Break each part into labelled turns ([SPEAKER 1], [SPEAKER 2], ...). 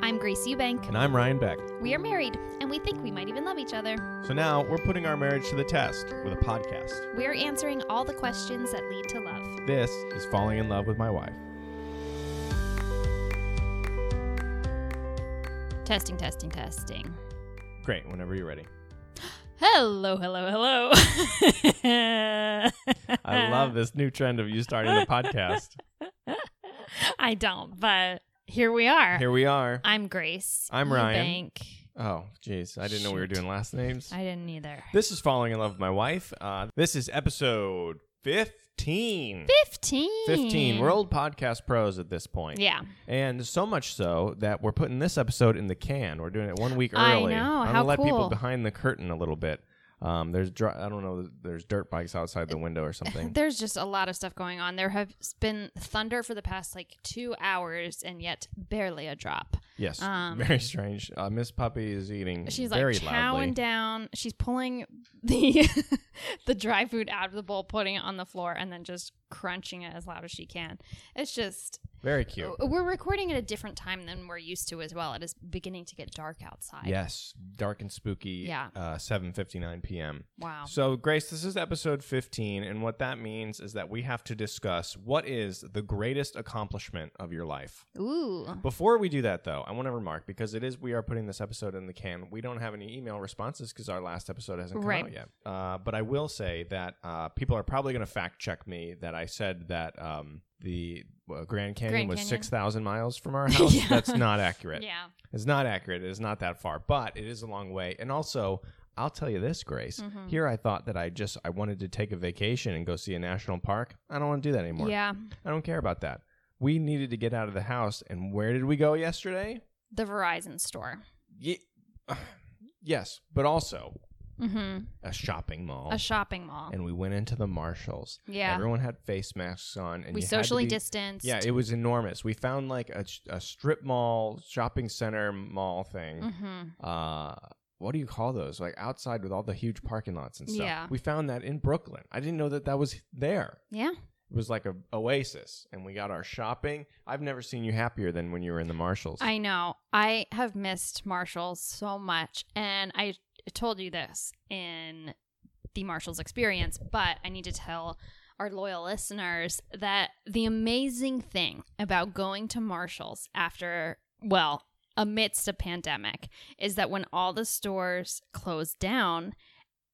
[SPEAKER 1] I'm Grace Eubank.
[SPEAKER 2] And I'm Ryan Beck.
[SPEAKER 1] We are married, and we think we might even love each other.
[SPEAKER 2] So now we're putting our marriage to the test with a podcast.
[SPEAKER 1] We are answering all the questions that lead to love.
[SPEAKER 2] This is Falling in Love with My Wife.
[SPEAKER 1] Testing, testing, testing.
[SPEAKER 2] Great, whenever you're ready.
[SPEAKER 1] Hello, hello, hello. Uh.
[SPEAKER 2] I love this new trend of you starting the podcast.
[SPEAKER 1] I don't, but here we are.
[SPEAKER 2] Here we are.
[SPEAKER 1] I'm Grace.
[SPEAKER 2] I'm Ryan.
[SPEAKER 1] Eubank.
[SPEAKER 2] Oh, jeez. I didn't know we were
[SPEAKER 1] Shoot.
[SPEAKER 2] doing last names.
[SPEAKER 1] I didn't either.
[SPEAKER 2] This is Falling in Love with My Wife. Uh, this is episode 15.
[SPEAKER 1] 15.
[SPEAKER 2] 15. We're old podcast pros at this point.
[SPEAKER 1] Yeah.
[SPEAKER 2] And so much so that we're putting this episode in the can. We're doing it one week
[SPEAKER 1] I
[SPEAKER 2] early.
[SPEAKER 1] know.
[SPEAKER 2] am
[SPEAKER 1] How
[SPEAKER 2] gonna let
[SPEAKER 1] cool.
[SPEAKER 2] people behind the curtain a little bit. Um, there's dri- I don't know. There's dirt bikes outside the window or something.
[SPEAKER 1] There's just a lot of stuff going on. There have been thunder for the past like two hours, and yet barely a drop.
[SPEAKER 2] yes,
[SPEAKER 1] um,
[SPEAKER 2] very strange. Uh, Miss Puppy is eating.
[SPEAKER 1] She's
[SPEAKER 2] very
[SPEAKER 1] like chowing
[SPEAKER 2] loudly.
[SPEAKER 1] down. She's pulling the the dry food out of the bowl, putting it on the floor, and then just crunching it as loud as she can. It's just
[SPEAKER 2] Very cute.
[SPEAKER 1] we're recording at a different time than we're used to as well. It is beginning to get dark outside.
[SPEAKER 2] Yes, dark and spooky.
[SPEAKER 1] Yeah.
[SPEAKER 2] Uh, 7:59 p.m.
[SPEAKER 1] Wow.
[SPEAKER 2] So, Grace, this is episode 15, and what that means is that we have to discuss what is the greatest accomplishment of your life.
[SPEAKER 1] Ooh.
[SPEAKER 2] Before we do that, though, I want to remark because it is we are putting this episode in the can. We don't have any email responses because our last episode hasn't come
[SPEAKER 1] Right.
[SPEAKER 2] out yet. Uh, but I will say that uh, people are probably going to fact check me that I said that um, the uh, Grand Canyon
[SPEAKER 1] Grand
[SPEAKER 2] was
[SPEAKER 1] Canyon.
[SPEAKER 2] six thousand miles from our house.
[SPEAKER 1] Yeah.
[SPEAKER 2] That's not accurate.
[SPEAKER 1] Yeah.
[SPEAKER 2] It's not accurate. It is not that far, but it is a long way. And also, I'll tell you this, Grace.
[SPEAKER 1] Mhm.
[SPEAKER 2] Here, I thought that I just I wanted to take a vacation and go see a national park. I don't want to do that anymore.
[SPEAKER 1] Yeah.
[SPEAKER 2] I don't care about that. We needed to get out of the house, and where did we go yesterday?
[SPEAKER 1] The Verizon store.
[SPEAKER 2] Ye- yes, but also
[SPEAKER 1] Mm-hmm.
[SPEAKER 2] a shopping mall.
[SPEAKER 1] A shopping mall.
[SPEAKER 2] and we went into the Marshalls.
[SPEAKER 1] Yeah.
[SPEAKER 2] everyone had face masks on, and
[SPEAKER 1] we
[SPEAKER 2] you had to
[SPEAKER 1] socially
[SPEAKER 2] be-
[SPEAKER 1] distanced.
[SPEAKER 2] Yeah, it was enormous. We found like a, a strip mall, shopping center mall thing.
[SPEAKER 1] mm-hmm.
[SPEAKER 2] Uh, what do you call those? Like outside with all the huge parking lots and stuff.
[SPEAKER 1] Yeah.
[SPEAKER 2] We found that in Brooklyn. I didn't know that that was there.
[SPEAKER 1] Yeah.
[SPEAKER 2] It was like a oasis, and we got our shopping. I've never seen you happier than when you were in the Marshalls.
[SPEAKER 1] I know. I have missed Marshalls so much. And I told you this in the Marshalls experience, but I need to tell our loyal listeners that the amazing thing about going to Marshalls after, well, amidst a pandemic is that when all the stores closed down,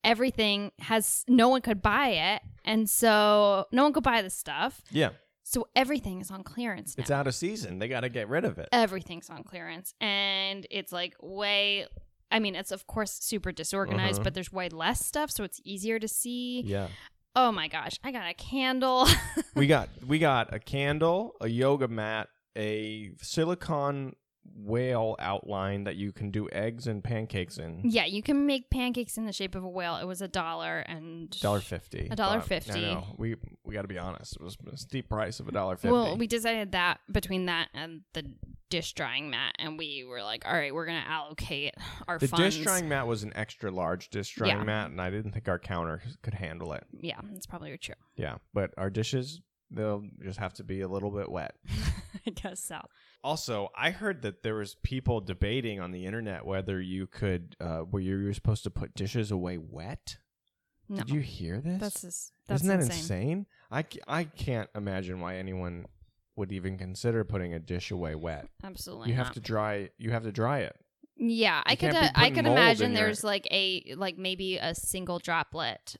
[SPEAKER 1] everything has no one could buy it. And so no one could buy the stuff.
[SPEAKER 2] yeah,
[SPEAKER 1] So everything is on clearance now
[SPEAKER 2] it's out of season. They got to get rid of it.
[SPEAKER 1] everything's on clearance and it's like way I mean, it's of course super disorganized,
[SPEAKER 2] Uh-huh.
[SPEAKER 1] but there's way less stuff, so it's easier to see.
[SPEAKER 2] yeah,
[SPEAKER 1] Oh my gosh, I got a candle.
[SPEAKER 2] we got we got a candle, a yoga mat, a silicone whale outline that you can do eggs and pancakes in.
[SPEAKER 1] yeah, you can make pancakes in the shape of a whale. It was a dollar and
[SPEAKER 2] Dollar fifty.
[SPEAKER 1] A dollar
[SPEAKER 2] But, I
[SPEAKER 1] fifty.
[SPEAKER 2] know. We we got to be honest. It was a steep price of a dollar fifty.
[SPEAKER 1] Well, we decided that between that and the dish drying mat, and we were like, all right, we're gonna allocate our
[SPEAKER 2] The
[SPEAKER 1] funds.
[SPEAKER 2] dish drying mat was an extra large dish drying
[SPEAKER 1] Yeah.
[SPEAKER 2] mat, and I didn't think our counter could handle it.
[SPEAKER 1] yeah, that's probably true.
[SPEAKER 2] Yeah, but our dishes they'll just have to be a little bit wet.
[SPEAKER 1] I guess so.
[SPEAKER 2] Also, I heard that there was people debating on the internet whether you could, uh, where you were supposed to put dishes away wet.
[SPEAKER 1] No,
[SPEAKER 2] Did you hear this?
[SPEAKER 1] that's just, that's
[SPEAKER 2] Isn't that
[SPEAKER 1] insane.
[SPEAKER 2] insane? I c- I can't imagine why anyone would even consider putting a dish away wet.
[SPEAKER 1] Absolutely.
[SPEAKER 2] you
[SPEAKER 1] not.
[SPEAKER 2] have to dry. You have to dry it.
[SPEAKER 1] Yeah, I
[SPEAKER 2] You
[SPEAKER 1] could.
[SPEAKER 2] can't
[SPEAKER 1] Uh,
[SPEAKER 2] be
[SPEAKER 1] I
[SPEAKER 2] putting
[SPEAKER 1] could
[SPEAKER 2] mold
[SPEAKER 1] imagine
[SPEAKER 2] in your-
[SPEAKER 1] there's like a like maybe a single droplet,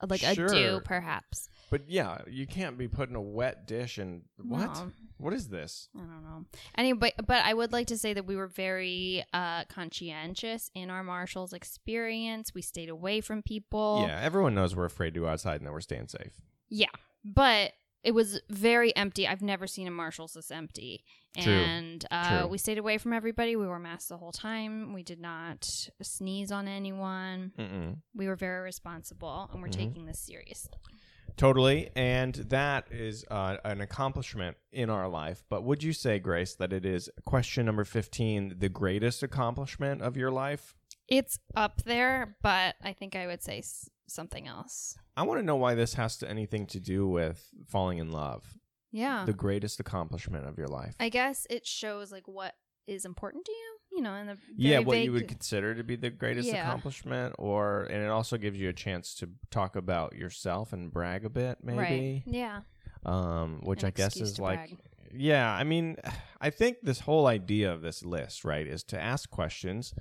[SPEAKER 1] uh, like a dew
[SPEAKER 2] Sure.
[SPEAKER 1] perhaps.
[SPEAKER 2] But yeah, you can't be putting a wet dish in what?
[SPEAKER 1] No,
[SPEAKER 2] What is this?
[SPEAKER 1] I don't know. Anyway, but I would like to say that we were very uh conscientious in our Marshall's experience. We stayed away from people.
[SPEAKER 2] Yeah, everyone knows we're afraid to go outside and that we're staying safe.
[SPEAKER 1] Yeah, but it was very empty. I've never seen a Marshalls this empty.
[SPEAKER 2] True.
[SPEAKER 1] And uh,
[SPEAKER 2] True.
[SPEAKER 1] we stayed away from everybody. We wore masks the whole time. We did not sneeze on anyone.
[SPEAKER 2] Mm-mm.
[SPEAKER 1] We were very responsible, and we're
[SPEAKER 2] Mhm.
[SPEAKER 1] taking this seriously.
[SPEAKER 2] Totally. And that is uh, an accomplishment in our life. But would you say, Grace, that it is question number 15, the greatest accomplishment of your life?
[SPEAKER 1] It's up there, but I think I would say s- something else.
[SPEAKER 2] I want to know why this has to anything to do with falling in love,
[SPEAKER 1] Yeah.
[SPEAKER 2] the greatest accomplishment of your life.
[SPEAKER 1] I guess it shows like what is important to you, you know, in the very
[SPEAKER 2] yeah, what
[SPEAKER 1] vague,
[SPEAKER 2] you would consider to be the greatest
[SPEAKER 1] Yeah.
[SPEAKER 2] accomplishment, or and it also gives you a chance to talk about yourself and brag a bit, maybe.
[SPEAKER 1] right? Yeah,
[SPEAKER 2] Um, which
[SPEAKER 1] An
[SPEAKER 2] I guess
[SPEAKER 1] excuse
[SPEAKER 2] is
[SPEAKER 1] to
[SPEAKER 2] like,
[SPEAKER 1] brag.
[SPEAKER 2] yeah. I mean, I think this whole idea of this list, right, is to ask questions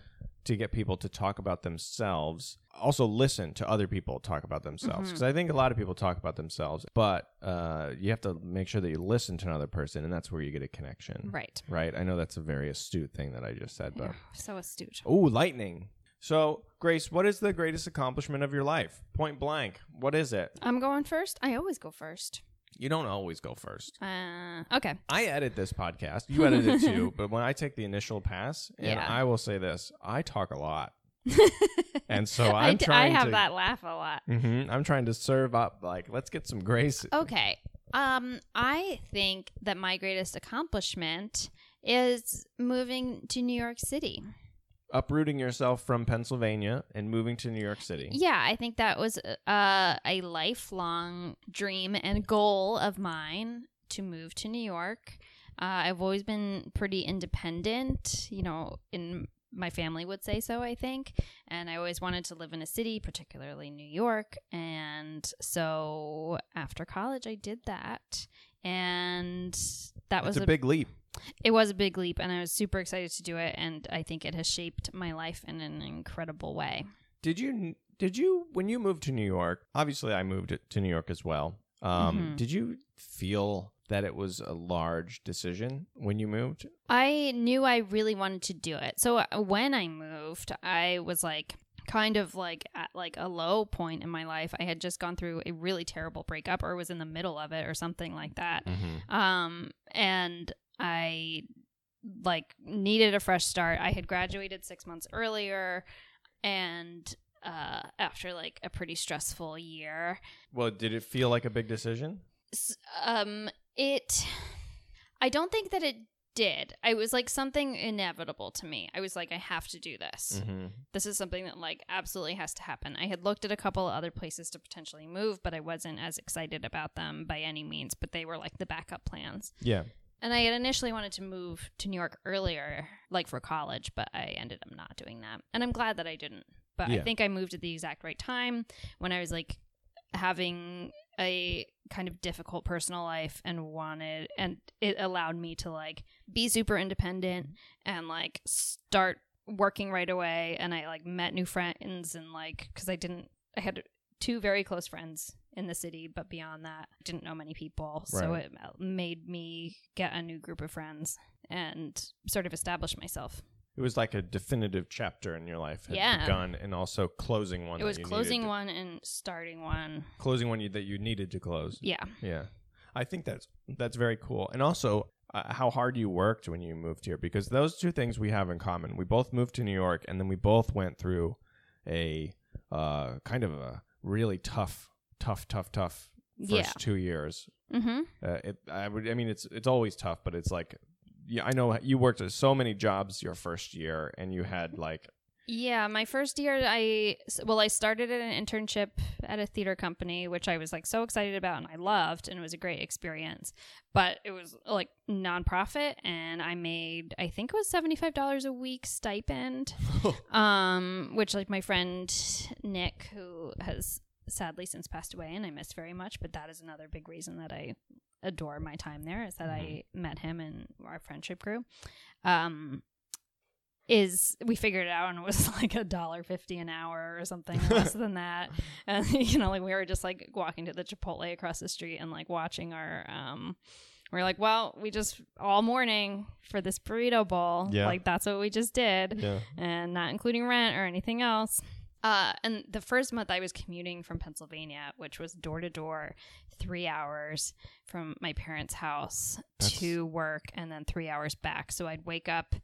[SPEAKER 2] to get people to talk about themselves. Also, listen to other people talk about themselves because I think a lot of people talk about themselves, but uh, you have to make sure that you listen to another person, and that's where you get a connection.
[SPEAKER 1] right.
[SPEAKER 2] Right. I know that's a very astute thing that I just said, mm, but
[SPEAKER 1] So astute.
[SPEAKER 2] Oh, lightning. So, Grace, what is the greatest accomplishment of your life? Point blank. What is it?
[SPEAKER 1] I'm going first. I always go first.
[SPEAKER 2] You don't always go first.
[SPEAKER 1] Uh, okay.
[SPEAKER 2] I edit this podcast. You edit it too, but when I take the initial pass, and
[SPEAKER 1] Yeah.
[SPEAKER 2] I will say this, I talk a lot. and so I'm
[SPEAKER 1] d-
[SPEAKER 2] trying
[SPEAKER 1] have
[SPEAKER 2] to
[SPEAKER 1] that laugh a lot.
[SPEAKER 2] Mhm, I'm trying to serve up like let's get some grace.
[SPEAKER 1] Okay. Um, I think that my greatest accomplishment is moving to New York City.
[SPEAKER 2] Uprooting yourself from Pennsylvania and moving to New York City.
[SPEAKER 1] Yeah, I think that was uh, a lifelong dream and goal of mine to move to New York. Uh, I've always been pretty independent, you know, in my family would say so, I think. And I always wanted to live in a city, particularly New York. And so after college, I did that. And that
[SPEAKER 2] It's
[SPEAKER 1] was
[SPEAKER 2] a big leap.
[SPEAKER 1] it was a big leap and I was super excited to do it and I think it has shaped my life in an incredible way.
[SPEAKER 2] Did you did you when you moved to New York? Obviously, I moved to New York as well. Um,
[SPEAKER 1] Mhm.
[SPEAKER 2] Did you feel that it was a large decision when you moved?
[SPEAKER 1] I knew I really wanted to do it. So uh, when I moved, I was like kind of like at like a low point in my life. I had just gone through a really terrible breakup or was in the middle of it or something like that. Um and I like needed a fresh start. I had graduated 6 months earlier and uh after like a pretty stressful year
[SPEAKER 2] Well, did it feel like a big decision?
[SPEAKER 1] s- um it i don't think that it did i was like something inevitable to me i was like i have to do this
[SPEAKER 2] Mm-hmm.
[SPEAKER 1] this is something that like absolutely has to happen i had looked at a couple other places to potentially move but i wasn't as excited about them by any means but they were like the backup plans
[SPEAKER 2] Yeah.
[SPEAKER 1] and i had initially wanted to move to new york earlier like for college but i ended up not doing that and i'm glad that i didn't but i
[SPEAKER 2] Yeah.
[SPEAKER 1] think i moved at the exact right time when i was like having a kind of difficult personal life and wanted and it allowed me to like be super independent
[SPEAKER 2] Mm-hmm.
[SPEAKER 1] and like start working right away and i like met new friends and like because i didn't i had two very close friends in the city but beyond that I didn't know many people so
[SPEAKER 2] Right.
[SPEAKER 1] it made me get a new group of friends and sort of establish myself
[SPEAKER 2] It was like a definitive chapter in your life had
[SPEAKER 1] Yeah.
[SPEAKER 2] begun, and also closing one.
[SPEAKER 1] it
[SPEAKER 2] that
[SPEAKER 1] was
[SPEAKER 2] you
[SPEAKER 1] closing
[SPEAKER 2] needed to-
[SPEAKER 1] one and starting one
[SPEAKER 2] Closing one you, that you needed to close.
[SPEAKER 1] yeah
[SPEAKER 2] Yeah, I think that's that's very cool, and also uh, how hard you worked when you moved here, because those two things we have in common. We both moved to New York, and then we both went through a uh, kind of a really tough, tough, tough, tough first
[SPEAKER 1] yeah
[SPEAKER 2] two years.
[SPEAKER 1] mm-hmm
[SPEAKER 2] Uh, it, I would, I mean, it's it's always tough, but it's like, yeah, I know you worked at so many jobs your first year, and you had like,
[SPEAKER 1] Yeah, my first year, I well, I started at an internship at a theater company, which I was like so excited about and I loved, and it was a great experience. But it was like nonprofit, and I made I think it was seventy five dollars a week stipend, um, which like my friend Nick, who has sadly since passed away, and I miss very much. But that is another big reason that I adore my time there is that I met him and our friendship grew. Um, is we figured it out and it was like a dollar fifty an hour or something less than that. And you know, like we were just like walking to the Chipotle across the street and like watching our um we are like, well, we just all morning for this burrito bowl.
[SPEAKER 2] Yeah.
[SPEAKER 1] Like that's what we just did
[SPEAKER 2] yeah,
[SPEAKER 1] and not including rent or anything else. Uh, and the first month I was commuting from Pennsylvania, which was door to door, three hours from my parents' house
[SPEAKER 2] That's-
[SPEAKER 1] to work, and then three hours back. So I'd wake up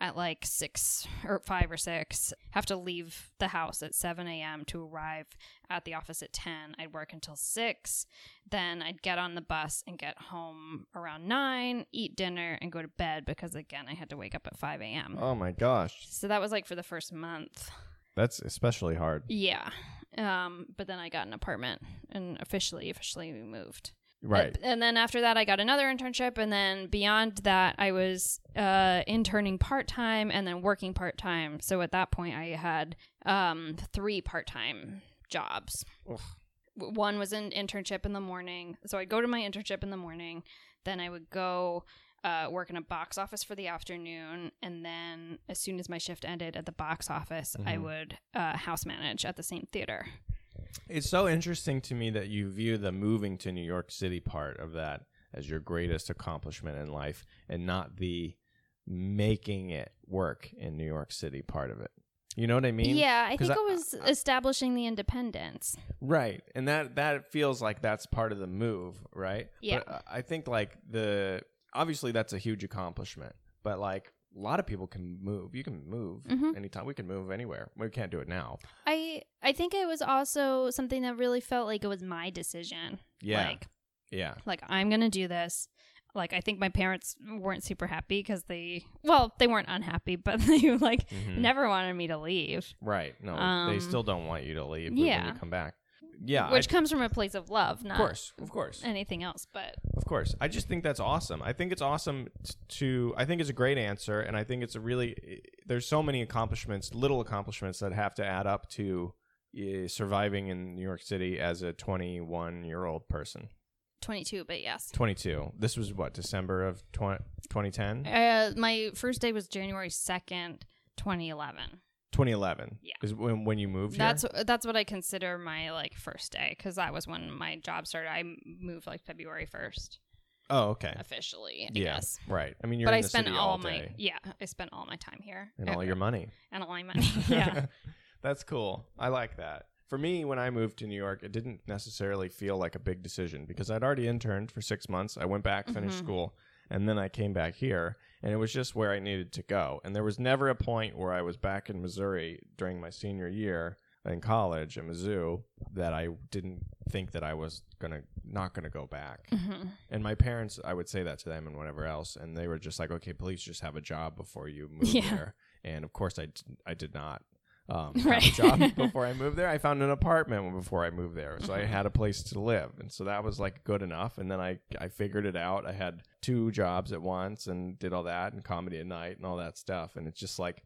[SPEAKER 1] at like six or five or six, have to leave the house at 7 a.m. to arrive at the office at 10. I'd work until six. Then I'd get on the bus and get home around nine, eat dinner, and go to bed because, again, I had to wake up at 5 a.m.
[SPEAKER 2] oh my gosh,
[SPEAKER 1] So that was like for the first month.
[SPEAKER 2] that's especially hard.
[SPEAKER 1] Yeah. Um, but then I got an apartment and officially, officially we moved.
[SPEAKER 2] Right.
[SPEAKER 1] Uh, And then after that, I got another internship. And then beyond that, I was uh, interning part time and then working part time. So at that point, I had um, three part time jobs.
[SPEAKER 2] Ugh.
[SPEAKER 1] W- One was an internship in the morning. So I'd go to my internship in the morning. Then I would go uh, work in a box office for the afternoon. And then as soon as my shift ended at the box office, I
[SPEAKER 2] Mhm.
[SPEAKER 1] would uh, house manage at the same theater.
[SPEAKER 2] It's so interesting to me that you view the moving to New York City part of that as your greatest accomplishment in life and not the making it work in New York City part of it. You know what I mean?
[SPEAKER 1] yeah, I
[SPEAKER 2] 'cause
[SPEAKER 1] think
[SPEAKER 2] I-
[SPEAKER 1] it was establishing the independence.
[SPEAKER 2] Right. And that that feels like that's part of the move, right?
[SPEAKER 1] Yeah.
[SPEAKER 2] But I I think like the obviously that's a huge accomplishment, but like a lot of people can move. You can move
[SPEAKER 1] Mhm.
[SPEAKER 2] anytime. We can move anywhere. We can't do it now.
[SPEAKER 1] I I think it was also something that really felt like it was my decision.
[SPEAKER 2] Yeah.
[SPEAKER 1] Like
[SPEAKER 2] yeah.
[SPEAKER 1] like I'm going to do this. Like I think my parents weren't super happy cuz they well, they weren't unhappy, but they like
[SPEAKER 2] Mhm.
[SPEAKER 1] never wanted me to leave,
[SPEAKER 2] Right. No, they
[SPEAKER 1] Um,
[SPEAKER 2] still don't want you to leave when
[SPEAKER 1] yeah.
[SPEAKER 2] you come back. Yeah.
[SPEAKER 1] which
[SPEAKER 2] I,
[SPEAKER 1] comes from a place of love, not
[SPEAKER 2] of course. Of course.
[SPEAKER 1] anything else, but
[SPEAKER 2] Of course. I just think that's awesome. I think it's awesome t- to I think it's a great answer and I think it's a really there's so many accomplishments, little accomplishments that have to add up to uh, surviving in New York City as a 21-year-old person.
[SPEAKER 1] 22, but yes.
[SPEAKER 2] 22. This was what December of 20, 2010.
[SPEAKER 1] Uh, my first day was January 2nd, 2011.
[SPEAKER 2] 2011
[SPEAKER 1] Yeah.
[SPEAKER 2] is when, when you moved
[SPEAKER 1] That's
[SPEAKER 2] here.
[SPEAKER 1] that's what I consider my like first day cuz that was when my job started. I moved like February 1st
[SPEAKER 2] Oh, okay.
[SPEAKER 1] officially, I
[SPEAKER 2] yeah.
[SPEAKER 1] guess.
[SPEAKER 2] Right. I mean, you're
[SPEAKER 1] but
[SPEAKER 2] in
[SPEAKER 1] I
[SPEAKER 2] the
[SPEAKER 1] spent
[SPEAKER 2] city
[SPEAKER 1] all,
[SPEAKER 2] all
[SPEAKER 1] my
[SPEAKER 2] day.
[SPEAKER 1] yeah, I spent all my time here
[SPEAKER 2] and all your money.
[SPEAKER 1] and all my money. yeah,
[SPEAKER 2] That's cool. I like that. For me, when I moved to New York, it didn't necessarily feel like a big decision because I'd already interned for six months. I went back, finished
[SPEAKER 1] Mhm.
[SPEAKER 2] school, and then I came back here, and it was just where I needed to go. And there was never a point where I was back in Missouri during my senior year in college at Mizzou that I didn't think that I was gonna not gonna go back.
[SPEAKER 1] Mhm.
[SPEAKER 2] And my parents, I would say that to them and whatever else, and they were just like, "Okay, please just have a job before you move
[SPEAKER 1] Yeah.
[SPEAKER 2] there." And of course, I, d- I did not um,
[SPEAKER 1] Right.
[SPEAKER 2] have a job before I moved there. I found an apartment before I moved there, so I
[SPEAKER 1] Mhm.
[SPEAKER 2] had a place to live, and so that was like good enough. And then I I figured it out. I had two jobs at once and did all that and comedy at night and all that stuff. And it's just like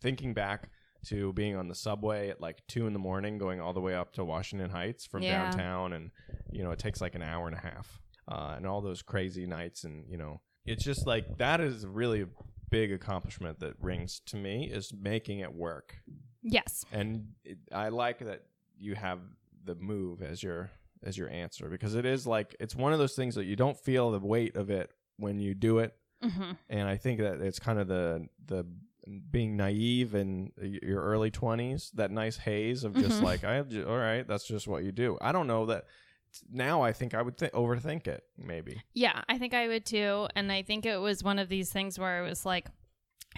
[SPEAKER 2] thinking back to being on the subway at like two in the morning, going all the way up to Washington Heights from
[SPEAKER 1] Yeah.
[SPEAKER 2] downtown, and you know it takes like an hour and a half, uh, and all those crazy nights, and you know it's just like that is really a big accomplishment that rings to me is making it work,
[SPEAKER 1] yes,
[SPEAKER 2] and it, I like that you have the move as your as your answer because it is like it's one of those things that you don't feel the weight of it when you do it
[SPEAKER 1] hmm
[SPEAKER 2] and I think that it's kind of the the being naive in y- your early twenties, that nice haze of just
[SPEAKER 1] Mhm.
[SPEAKER 2] like I ju- all right, that's just what you do. I don't know that now. I think I would th- overthink it maybe.
[SPEAKER 1] yeah, I think I would too. And I think it was one of these things where it was like,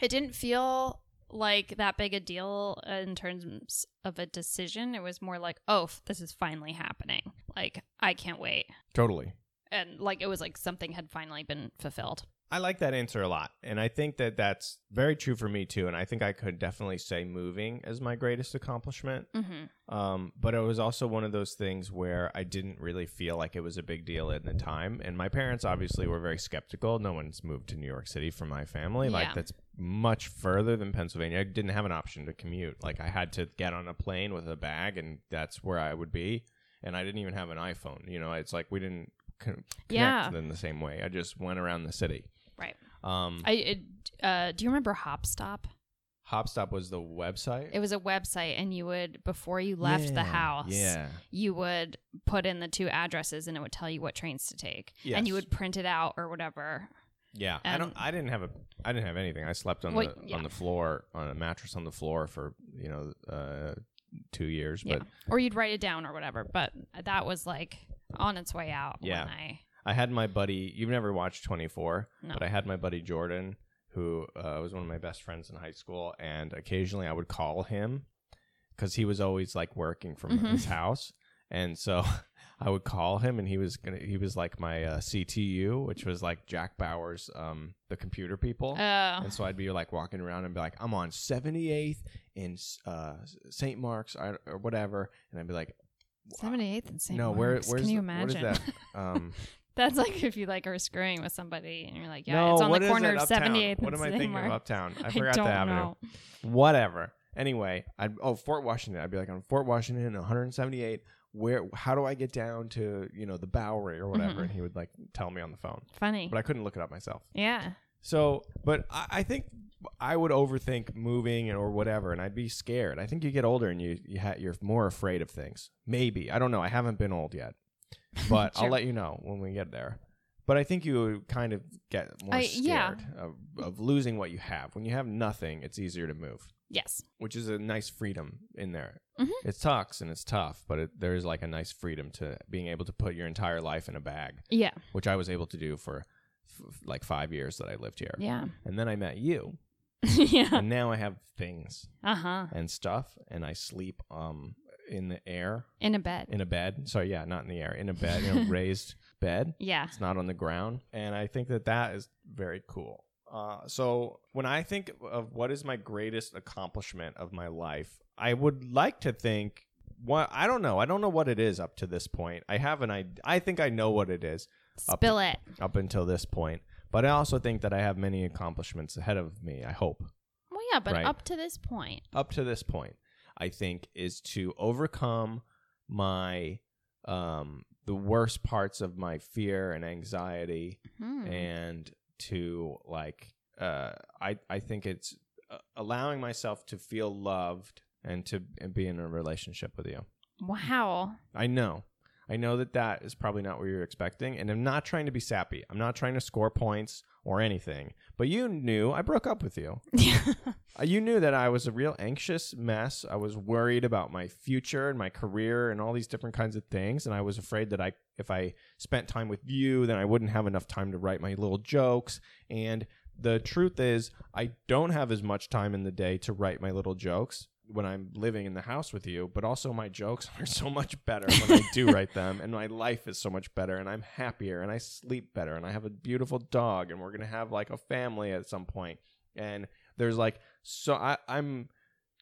[SPEAKER 1] it didn't feel like that big a deal in terms of a decision. It was more like, oh, f- this is finally happening. Like I can't wait,
[SPEAKER 2] Totally,
[SPEAKER 1] and like it was like something had finally been fulfilled.
[SPEAKER 2] I like that answer a lot, and I think that that's very true for me too. And I think I could definitely say moving is my greatest accomplishment.
[SPEAKER 1] hmm
[SPEAKER 2] Um, but it was also one of those things where I didn't really feel like it was a big deal at the time. And my parents obviously were very skeptical. No one's moved to New York City from my family. Like
[SPEAKER 1] Yeah.
[SPEAKER 2] that's much further than Pennsylvania. I didn't have an option to commute. Like I had to get on a plane with a bag and that's where I would be. And I didn't even have an iPhone. You know, it's like we didn't con- connect
[SPEAKER 1] Yeah.
[SPEAKER 2] in the same way. I just went around the city.
[SPEAKER 1] Right.
[SPEAKER 2] Um,
[SPEAKER 1] I it, uh, do you remember Hopstop?
[SPEAKER 2] Hopstop was the website.
[SPEAKER 1] It was a website, and you would before you left the
[SPEAKER 2] Yeah,
[SPEAKER 1] house,
[SPEAKER 2] Yeah.
[SPEAKER 1] you would put in the two addresses and it would tell you what trains to take and you
[SPEAKER 2] Yes.
[SPEAKER 1] would print it out or whatever
[SPEAKER 2] Yeah, I
[SPEAKER 1] And-
[SPEAKER 2] don't. I didn't have a. I didn't have anything. I slept on
[SPEAKER 1] Um, Well,
[SPEAKER 2] the
[SPEAKER 1] yeah.
[SPEAKER 2] on the floor on a mattress on the floor for you know uh, two years.
[SPEAKER 1] yeah.
[SPEAKER 2] But
[SPEAKER 1] or you'd write it down or whatever but that was like on its way out
[SPEAKER 2] Yeah.
[SPEAKER 1] when i
[SPEAKER 2] I had my buddy. You've never watched Twenty Four,
[SPEAKER 1] No.
[SPEAKER 2] but I had my buddy Jordan, who uh, was one of my best friends in high school, and occasionally I would call him because he was always like working from
[SPEAKER 1] Mhm.
[SPEAKER 2] his house, and so. I would call him, and he was gonna. He was like my uh, CTU, which was like Jack Bauer's, um, the computer people.
[SPEAKER 1] uh,
[SPEAKER 2] And so I'd be like walking around and be like, I'm on 78th in uh, St. Mark's I- or whatever. And I'd be like,
[SPEAKER 1] Seventy eighth and St.
[SPEAKER 2] no, where,
[SPEAKER 1] Mark's.
[SPEAKER 2] where's
[SPEAKER 1] Can you
[SPEAKER 2] the-
[SPEAKER 1] imagine?
[SPEAKER 2] What is that? Um,
[SPEAKER 1] That's like if you like are screwing with somebody and you're like, yeah,
[SPEAKER 2] no,
[SPEAKER 1] it's on
[SPEAKER 2] what
[SPEAKER 1] the
[SPEAKER 2] is
[SPEAKER 1] corner
[SPEAKER 2] it?
[SPEAKER 1] of
[SPEAKER 2] Uptown.
[SPEAKER 1] seventy eighth
[SPEAKER 2] What
[SPEAKER 1] and
[SPEAKER 2] am I
[SPEAKER 1] St.
[SPEAKER 2] thinking of
[SPEAKER 1] Mark.
[SPEAKER 2] uptown? I
[SPEAKER 1] I
[SPEAKER 2] forgot
[SPEAKER 1] don't
[SPEAKER 2] the avenue.
[SPEAKER 1] know.
[SPEAKER 2] Whatever. Anyway, I'd oh Fort Washington. I'd be like on Fort Washington, 178. Where? How do I get down to you know the Bowery or whatever?
[SPEAKER 1] Mhm.
[SPEAKER 2] And he would like tell me on the phone,
[SPEAKER 1] Funny.
[SPEAKER 2] but I couldn't look it up myself.
[SPEAKER 1] yeah.
[SPEAKER 2] So, but I, I think I would overthink moving and or whatever, and I'd be scared. I think you get older and you you ha- you're more afraid of things. Maybe I don't know. I haven't been old yet, but I'll
[SPEAKER 1] Sure.
[SPEAKER 2] let you know when we get there. But I think you kind of get more
[SPEAKER 1] I-
[SPEAKER 2] scared
[SPEAKER 1] yeah.
[SPEAKER 2] of, of losing what you have. When you have nothing, it's easier to move,
[SPEAKER 1] Yes.
[SPEAKER 2] which is a nice freedom in there.
[SPEAKER 1] Mhm.
[SPEAKER 2] It sucks and it's tough, but it, there is like a nice freedom to being able to put your entire life in a bag,
[SPEAKER 1] Yeah.
[SPEAKER 2] which I was able to do for f- like five years that I lived here
[SPEAKER 1] Yeah.
[SPEAKER 2] and then I met you,
[SPEAKER 1] yeah.
[SPEAKER 2] and now I have things
[SPEAKER 1] Uh huh.
[SPEAKER 2] and stuff, and I sleep um in the air
[SPEAKER 1] In a bed.
[SPEAKER 2] in a bed. Sorry, yeah, not in the air, in a bed, in a raised bed.
[SPEAKER 1] yeah.
[SPEAKER 2] It's not on the ground, and I think that that is very cool. Uh, so when I think of what is my greatest accomplishment of my life, I would like to think what I don't know. I don't know what it is up to this point. I have an idea. I think I know what it is Up-
[SPEAKER 1] Spill it.
[SPEAKER 2] up until this point. But I also think that I have many accomplishments ahead of me, I hope.
[SPEAKER 1] Well, yeah, but
[SPEAKER 2] Right.
[SPEAKER 1] up to this point,
[SPEAKER 2] Up to this point, I think is to overcome my um the worst parts of my fear and anxiety
[SPEAKER 1] Hmm.
[SPEAKER 2] and to like uh I I think it's uh, allowing myself to feel loved and to and be in a relationship with you.
[SPEAKER 1] wow.
[SPEAKER 2] I know. I know that that is probably not what you're expecting, and I'm not trying to be sappy. I'm not trying to score points or anything. But you knew I broke up with you. Uh, You knew that I was a real anxious mess. I was worried about my future and my career and all these different kinds of things, and I was afraid that I if I spent time with you, then I wouldn't have enough time to write my little jokes. And the truth is, I don't have as much time in the day to write my little jokes when I'm living in the house with you, but also my jokes are so much better when I do write them, and my life is so much better, and I'm happier, and I sleep better, and I have a beautiful dog, and we're gonna have like a family at some point. And there's like, so I, I'm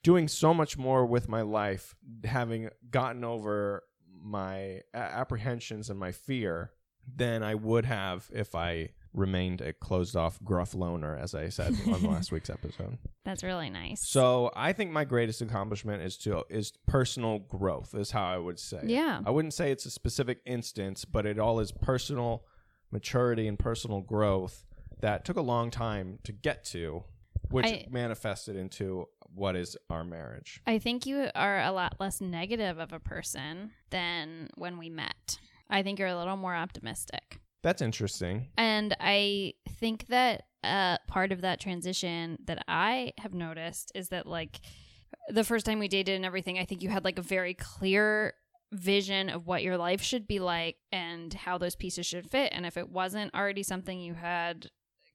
[SPEAKER 2] doing so much more with my life, having gotten over my a- apprehensions and my fear than I would have if I remained a closed off gruff loner, as I said on last week's episode.
[SPEAKER 1] That's really nice.
[SPEAKER 2] So I think my greatest accomplishment is to is personal growth is how I would say. it.
[SPEAKER 1] Yeah.
[SPEAKER 2] I wouldn't say it's a specific instance, but it all is personal maturity and personal growth that took a long time to get to, which
[SPEAKER 1] I-
[SPEAKER 2] manifested into what is our marriage.
[SPEAKER 1] I think you are a lot less negative of a person than when we met. I think you're a little more optimistic.
[SPEAKER 2] That's interesting.
[SPEAKER 1] And I think that uh, part of that transition that I have noticed is that, like, the first time we dated and everything, I think you had like a very clear vision of what your life should be like and how those pieces should fit. And if it wasn't already something you had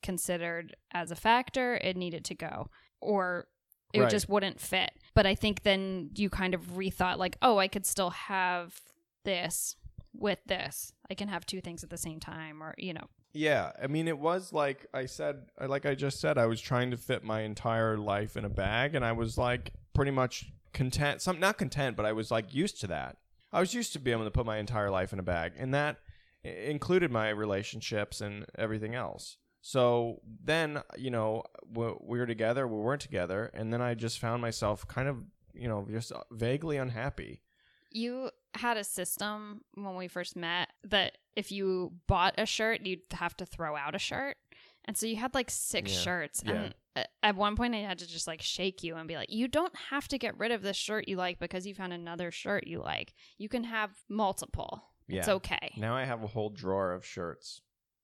[SPEAKER 1] considered as a factor, it needed to go or it
[SPEAKER 2] Right.
[SPEAKER 1] just wouldn't fit. But I think then you kind of rethought, like, oh, I could still have this with this. I can have two things at the same time, or, you know,
[SPEAKER 2] Yeah, I mean, it was like I said, like I just said, I was trying to fit my entire life in a bag, and I was like pretty much content. Some not content, but I was like used to that. I was used to being able to put my entire life in a bag, and that i- included my relationships and everything else. So then, you know, we we were together, we weren't together, and then I just found myself kind of, you know, just vaguely unhappy.
[SPEAKER 1] You had a system when we first met that if you bought a shirt, you'd have to throw out a shirt. And so you had like six
[SPEAKER 2] Yeah.
[SPEAKER 1] shirts.
[SPEAKER 2] Yeah.
[SPEAKER 1] And a- at one point, I had to just like shake you and be like, you don't have to get rid of this shirt you like because you found another shirt you like. You can have multiple. It's
[SPEAKER 2] Yeah.
[SPEAKER 1] okay.
[SPEAKER 2] Now I have a whole drawer of shirts.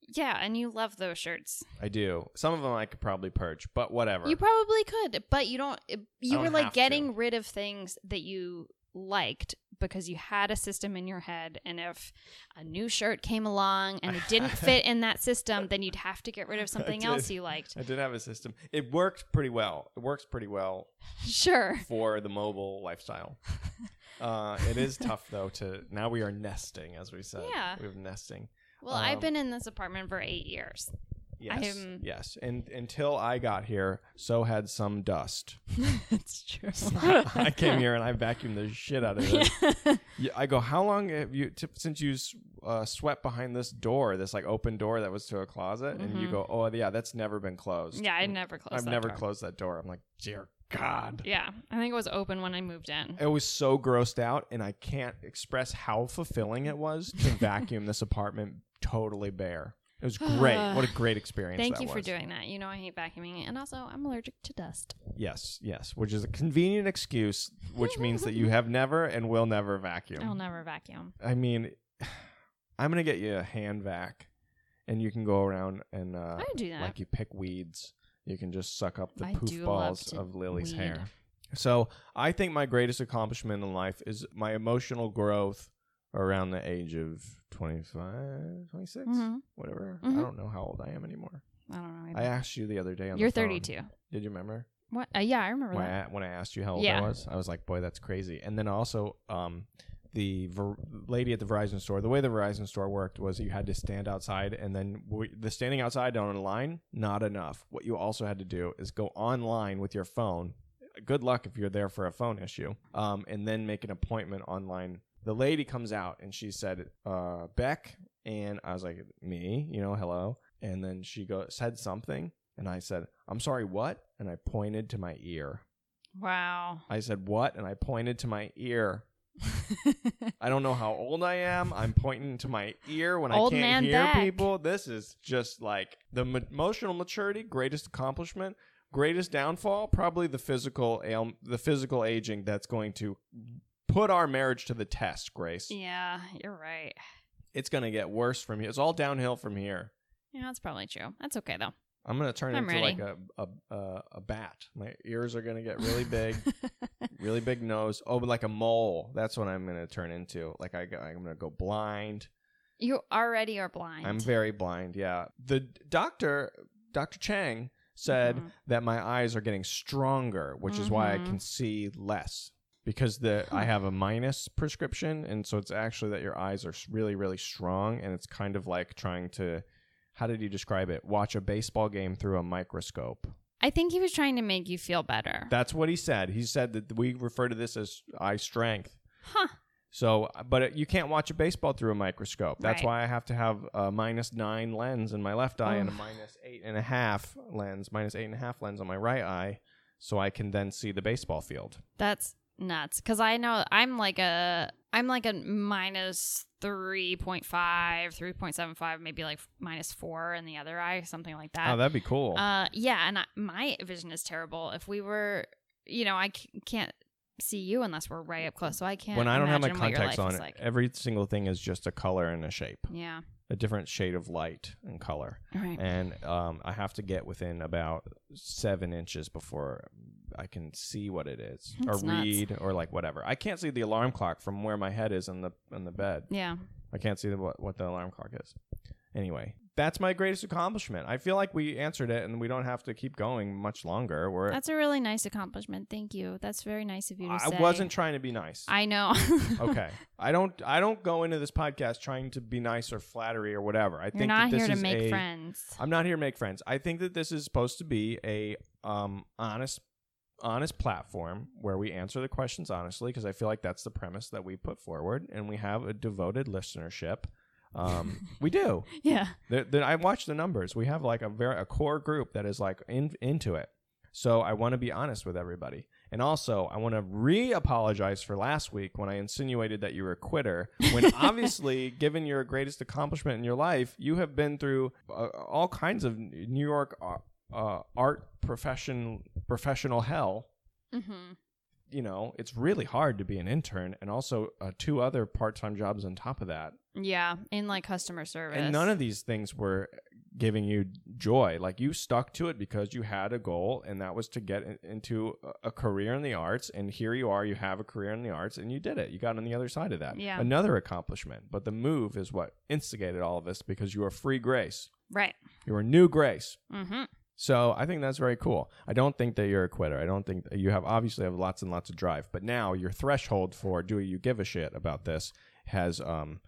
[SPEAKER 1] Yeah. And you love those shirts.
[SPEAKER 2] I do. Some of them I could probably purge, but whatever.
[SPEAKER 1] You probably could, but you don't. You
[SPEAKER 2] don't
[SPEAKER 1] were like
[SPEAKER 2] have to.
[SPEAKER 1] getting rid of things that you liked because you had a system in your head, and if a new shirt came along and it didn't fit in that system, then you'd have to get rid of something
[SPEAKER 2] did.
[SPEAKER 1] else you liked.
[SPEAKER 2] I did have a system. It worked pretty well. It works pretty well
[SPEAKER 1] Sure.
[SPEAKER 2] for the mobile lifestyle. Uh, it is tough though to now we are nesting, as we said.
[SPEAKER 1] Yeah.
[SPEAKER 2] We have nesting.
[SPEAKER 1] Well, I've
[SPEAKER 2] Um,
[SPEAKER 1] been in this apartment for eight years.
[SPEAKER 2] Yes.
[SPEAKER 1] I'm-
[SPEAKER 2] Yes. And until I got here, so had some dust.
[SPEAKER 1] That's true.
[SPEAKER 2] I came here and I vacuumed the shit out of it. Yeah, I go, how long have you t- since you s- uh, swept behind this door, this like open door that was to a closet? And you go, oh yeah, that's never been closed.
[SPEAKER 1] Mm-hmm. yeah, I never closed.
[SPEAKER 2] I've
[SPEAKER 1] that
[SPEAKER 2] never
[SPEAKER 1] door.
[SPEAKER 2] closed that door. I'm like, dear God.
[SPEAKER 1] Yeah, I think it was open when I moved in.
[SPEAKER 2] I was so grossed out, and I can't express how fulfilling it was to vacuum this apartment totally bare. It was great. what a great experience.
[SPEAKER 1] Thank
[SPEAKER 2] that
[SPEAKER 1] you for
[SPEAKER 2] was.
[SPEAKER 1] doing that. You know I hate vacuuming, it. and also I'm allergic to dust.
[SPEAKER 2] Yes, yes, which is a convenient excuse, which means that you have never and will never vacuum.
[SPEAKER 1] I'll never vacuum.
[SPEAKER 2] I mean, I'm gonna get you a hand vac, and you can go around and uh,
[SPEAKER 1] I do that.
[SPEAKER 2] like you pick weeds. You can just suck up the
[SPEAKER 1] I do
[SPEAKER 2] poof
[SPEAKER 1] love
[SPEAKER 2] balls
[SPEAKER 1] to
[SPEAKER 2] of Lily's
[SPEAKER 1] weed.
[SPEAKER 2] hair. So I think my greatest accomplishment in life is my emotional growth around the age of 25, 26,
[SPEAKER 1] Mhm.
[SPEAKER 2] whatever.
[SPEAKER 1] Mhm.
[SPEAKER 2] I don't know how old I am anymore.
[SPEAKER 1] I don't know.
[SPEAKER 2] I um,
[SPEAKER 1] either.
[SPEAKER 2] asked you the other day on
[SPEAKER 1] You're
[SPEAKER 2] the phone.
[SPEAKER 1] 32.
[SPEAKER 2] Did you remember?
[SPEAKER 1] What? Uh, yeah, I remember
[SPEAKER 2] when
[SPEAKER 1] that.
[SPEAKER 2] I, when I asked you how old
[SPEAKER 1] Yeah.
[SPEAKER 2] I was, I was like, "Boy, that's crazy." And then also, um, the ver- lady at the Verizon store, the way the Verizon store worked was you had to stand outside, and then we, the standing outside on a line, not enough. What you also had to do is go online with your phone. Good luck if you're there for a phone issue, um, and then make an appointment online. The lady comes out and she said, uh, "Beck," and I was like, "Me," you know, hello. And then she go said something, and I said, "I'm sorry, what?" And I pointed to my ear.
[SPEAKER 1] Wow.
[SPEAKER 2] I said, What? And I pointed to my ear. I don't know how old I am. I'm pointing to my ear when
[SPEAKER 1] Old
[SPEAKER 2] I
[SPEAKER 1] man
[SPEAKER 2] can't hear
[SPEAKER 1] back.
[SPEAKER 2] people. This is just like the ma- emotional maturity, greatest accomplishment, greatest downfall, probably the physical ail- the physical aging that's going to put our marriage to the test, Grace.
[SPEAKER 1] yeah, you're right.
[SPEAKER 2] It's going to get worse from here. It's all downhill from here.
[SPEAKER 1] Yeah, that's probably true. That's okay though.
[SPEAKER 2] I'm going to turn
[SPEAKER 1] I'm
[SPEAKER 2] into
[SPEAKER 1] ready.
[SPEAKER 2] like a, a a a bat. My ears are going to get really big. really big nose. Oh, but like a mole. That's what I'm gonna turn into. Like I, go- I'm gonna go blind.
[SPEAKER 1] you already are blind.
[SPEAKER 2] I'm very blind. Yeah. The d- doctor, Doctor Chang, said
[SPEAKER 1] Mhm.
[SPEAKER 2] that my eyes are getting stronger, which is why I
[SPEAKER 1] Mhm.
[SPEAKER 2] can see less because the I have a minus prescription, and so it's actually that your eyes are s- really, really strong, and it's kind of like trying to. How did you describe it? Watch a baseball game through a microscope.
[SPEAKER 1] I think he was trying to make you feel better.
[SPEAKER 2] That's what he said. He said that we refer to this as eye strength.
[SPEAKER 1] huh.
[SPEAKER 2] So, uh, but it, you can't watch a baseball through a microscope. That's
[SPEAKER 1] Right.
[SPEAKER 2] why I have to have a minus nine lens in my left eye and a
[SPEAKER 1] Ugh.
[SPEAKER 2] minus eight and a half lens, minus eight and a half lens on my right eye, so I can then see the baseball field.
[SPEAKER 1] That's nuts. Cause I know I'm like a I'm like a minus 3.5, 3.75, maybe like minus four in the other eye, something like that.
[SPEAKER 2] oh, that'd be cool.
[SPEAKER 1] Uh, yeah, and I, my vision is terrible. If we were, you know, I c- can't see you unless we're right up close, so I can't.
[SPEAKER 2] when I don't have my
[SPEAKER 1] imagine what your
[SPEAKER 2] contacts
[SPEAKER 1] life
[SPEAKER 2] on,
[SPEAKER 1] is
[SPEAKER 2] it, eh.
[SPEAKER 1] like.
[SPEAKER 2] every single thing is just a color and a shape,
[SPEAKER 1] yeah,
[SPEAKER 2] a different shade of light and color.
[SPEAKER 1] right.
[SPEAKER 2] And um, I have to get within about seven inches before I can see what it is,
[SPEAKER 1] That's
[SPEAKER 2] or
[SPEAKER 1] nuts.
[SPEAKER 2] read, or like whatever. I can't see the alarm clock from where my head is in the in the bed.
[SPEAKER 1] yeah,
[SPEAKER 2] I can't see the, what, what the alarm clock is. Anyway, that's my greatest accomplishment. I feel like we answered it and we don't have to keep going much longer. We're,
[SPEAKER 1] that's a really nice accomplishment. Thank you. That's very nice of you to
[SPEAKER 2] I
[SPEAKER 1] say.
[SPEAKER 2] wasn't trying to be nice.
[SPEAKER 1] I know.
[SPEAKER 2] okay. I don't I don't go into this podcast trying to be nice or flattery or whatever. I
[SPEAKER 1] You're
[SPEAKER 2] think
[SPEAKER 1] not
[SPEAKER 2] that
[SPEAKER 1] here
[SPEAKER 2] this
[SPEAKER 1] to
[SPEAKER 2] is
[SPEAKER 1] make
[SPEAKER 2] a- uh,
[SPEAKER 1] friends.
[SPEAKER 2] I'm not here to make friends. I think that this is supposed to be a um honest honest platform where we answer the questions honestly because I feel like that's the premise that we put forward and we have a devoted listenership. Um, we do.
[SPEAKER 1] Yeah.
[SPEAKER 2] The, the, I watch the numbers. We have like a very a core group that is like in, into it. So I want to be honest with everybody. And also, I want to re apologize for last week when I insinuated that you were a quitter. When obviously, given your greatest accomplishment in your life, you have been through uh, all kinds of New York uh, uh, art profession professional hell
[SPEAKER 1] Mm-hmm.
[SPEAKER 2] you know, it's really hard to be an intern and also uh, two other part time jobs on top of that.
[SPEAKER 1] Yeah, in like customer service.
[SPEAKER 2] And none of these things were giving you joy. Like you stuck to it because you had a goal, and that was to get in- into a- a career in the arts. And here you are, you have a career in the arts, and you did it. You got on the other side of that.
[SPEAKER 1] Yeah.
[SPEAKER 2] Another accomplishment. But the move is what instigated all of this because you are free grace.
[SPEAKER 1] right.
[SPEAKER 2] You are new grace.
[SPEAKER 1] Mm-hmm.
[SPEAKER 2] So I think that's very cool. I don't think that you're a quitter. I don't think you have obviously have lots and lots of drive, but now your threshold for do you give a shit about this has um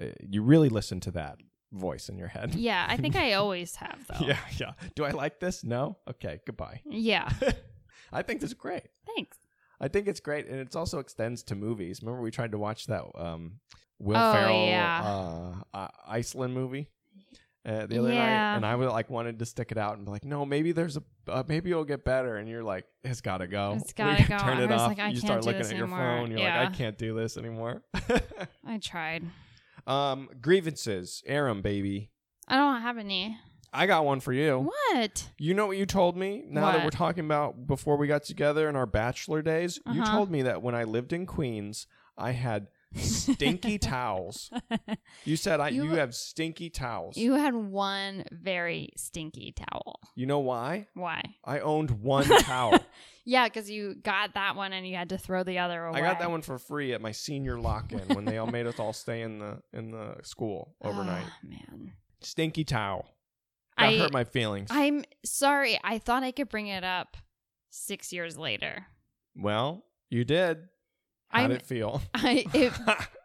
[SPEAKER 2] uh, you eh, really listen to that voice in your head.
[SPEAKER 1] Yeah, I think I always have though.
[SPEAKER 2] Yeah, yeah. Do I like this? No? Okay, goodbye.
[SPEAKER 1] Yeah.
[SPEAKER 2] I think this is great.
[SPEAKER 1] Thanks.
[SPEAKER 2] I think it's great, and it also extends to movies. Remember, we tried to watch that um, Will
[SPEAKER 1] Oh,
[SPEAKER 2] Ferrell
[SPEAKER 1] yeah.
[SPEAKER 2] uh, I- Iceland movie uh, the other night,
[SPEAKER 1] Yeah.
[SPEAKER 2] and I was like wanted to stick it out and be like, no, maybe there's a uh, maybe it'll get better, and you're like, it's gotta go.
[SPEAKER 1] It's
[SPEAKER 2] We
[SPEAKER 1] gotta go.
[SPEAKER 2] Turn
[SPEAKER 1] I
[SPEAKER 2] it
[SPEAKER 1] was
[SPEAKER 2] off.
[SPEAKER 1] like, I
[SPEAKER 2] you
[SPEAKER 1] can't
[SPEAKER 2] start
[SPEAKER 1] do
[SPEAKER 2] looking
[SPEAKER 1] this
[SPEAKER 2] at your
[SPEAKER 1] anymore.
[SPEAKER 2] phone. You're
[SPEAKER 1] Yeah.
[SPEAKER 2] like, I can't do this anymore.
[SPEAKER 1] I tried.
[SPEAKER 2] um, grievances, Aram, baby.
[SPEAKER 1] I don't have any.
[SPEAKER 2] I got one for you.
[SPEAKER 1] What?
[SPEAKER 2] You know what you told me now that
[SPEAKER 1] What?
[SPEAKER 2] we're talking about before we got together in our bachelor days? You
[SPEAKER 1] Uh-huh.
[SPEAKER 2] told me that when I lived in Queens, I had stinky towels. You said I you,
[SPEAKER 1] You-
[SPEAKER 2] have stinky towels. You,
[SPEAKER 1] You had one very stinky towel.
[SPEAKER 2] know why?
[SPEAKER 1] Why?
[SPEAKER 2] I owned one towel.
[SPEAKER 1] Yeah, because you got that one and you had to throw the other away.
[SPEAKER 2] I got that one for free at my senior lock-in when they all made us all stay in the in the school overnight.
[SPEAKER 1] Oh, man.
[SPEAKER 2] Stinky towel. That
[SPEAKER 1] I,
[SPEAKER 2] hurt my feelings.
[SPEAKER 1] I'm sorry. I thought I could bring it up six years later.
[SPEAKER 2] well, you did. How'd
[SPEAKER 1] I'm-
[SPEAKER 2] it feel?
[SPEAKER 1] I it,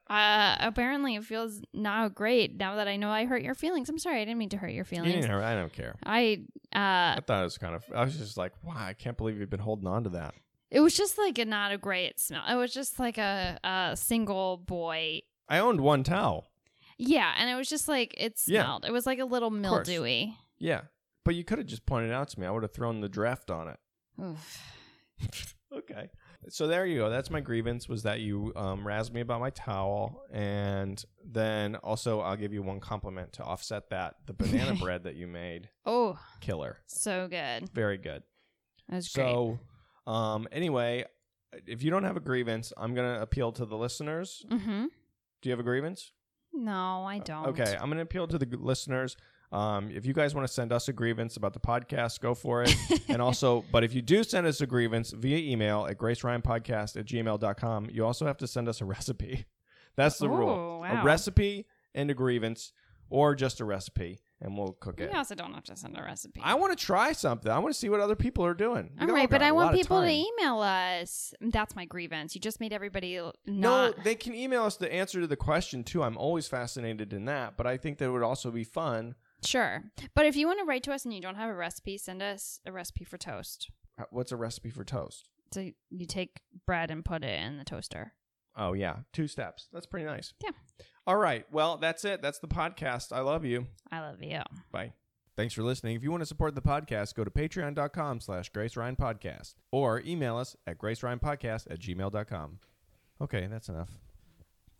[SPEAKER 1] uh, apparently it feels not great now that I know I hurt your feelings. I'm sorry. I didn't mean to hurt your
[SPEAKER 2] You
[SPEAKER 1] feelings.
[SPEAKER 2] didn't hurt- I don't care.
[SPEAKER 1] I uh
[SPEAKER 2] I thought it was kind of. I was just like, wow, I can't believe you've been holding on to that.
[SPEAKER 1] it was just like a not a great smell. It was just like a, a single boy.
[SPEAKER 2] I owned one towel.
[SPEAKER 1] Yeah, and it was just like it
[SPEAKER 2] Yeah.
[SPEAKER 1] smelled. It was like a little
[SPEAKER 2] course.
[SPEAKER 1] mildewy.
[SPEAKER 2] Yeah, but you could have just pointed it out to me. I would have thrown the draft on it.
[SPEAKER 1] Oof.
[SPEAKER 2] Okay. So there you go. That's my grievance was that you um, razzed me about my towel, and then also I'll give you one compliment to offset that. The banana bread that you made,
[SPEAKER 1] Oh,
[SPEAKER 2] killer,
[SPEAKER 1] so good.
[SPEAKER 2] very good.
[SPEAKER 1] That was great.
[SPEAKER 2] So, um, anyway, if you don't have a grievance, I'm gonna appeal to the listeners.
[SPEAKER 1] Mm-hmm.
[SPEAKER 2] Do you have a grievance?
[SPEAKER 1] No, I don't.
[SPEAKER 2] Uh, Okay, I'm going to appeal to the g- listeners. Um, if you guys want to send us a grievance about the podcast, go for it. and also, but if you do send us a grievance via email at graceryanpodcast at gmail.com, you also have to send us a recipe. That's the rule.
[SPEAKER 1] Oh, wow.
[SPEAKER 2] A recipe and a grievance, or just a recipe, and we'll cook
[SPEAKER 1] You
[SPEAKER 2] it.
[SPEAKER 1] also don't have to send a recipe.
[SPEAKER 2] I want to try something. I want to see what other people are doing. We
[SPEAKER 1] all
[SPEAKER 2] all
[SPEAKER 1] right,
[SPEAKER 2] got
[SPEAKER 1] but I
[SPEAKER 2] a
[SPEAKER 1] want
[SPEAKER 2] lot of
[SPEAKER 1] people to
[SPEAKER 2] time.
[SPEAKER 1] email us. That's my grievance. You just made everybody l-
[SPEAKER 2] No,
[SPEAKER 1] not.
[SPEAKER 2] they can email us the answer to the question too. I'm always fascinated in that, but I think that it would also be fun.
[SPEAKER 1] Sure. But if you want to write to us and you don't have a recipe, send us a recipe for toast.
[SPEAKER 2] Uh, What's a recipe for toast?
[SPEAKER 1] So you take bread and put it in the toaster.
[SPEAKER 2] Oh yeah, two steps. That's pretty nice.
[SPEAKER 1] Yeah.
[SPEAKER 2] All right. Well, that's it. That's the podcast. I love you.
[SPEAKER 1] I love you.
[SPEAKER 2] Bye. Thanks for listening. If you want to support the podcast, go to patreon.com slash Grace Ryan Podcast or email us at graceryanpodcast at gmail.com. Okay, that's enough.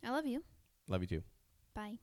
[SPEAKER 1] I love you.
[SPEAKER 2] Love you too.
[SPEAKER 1] Bye.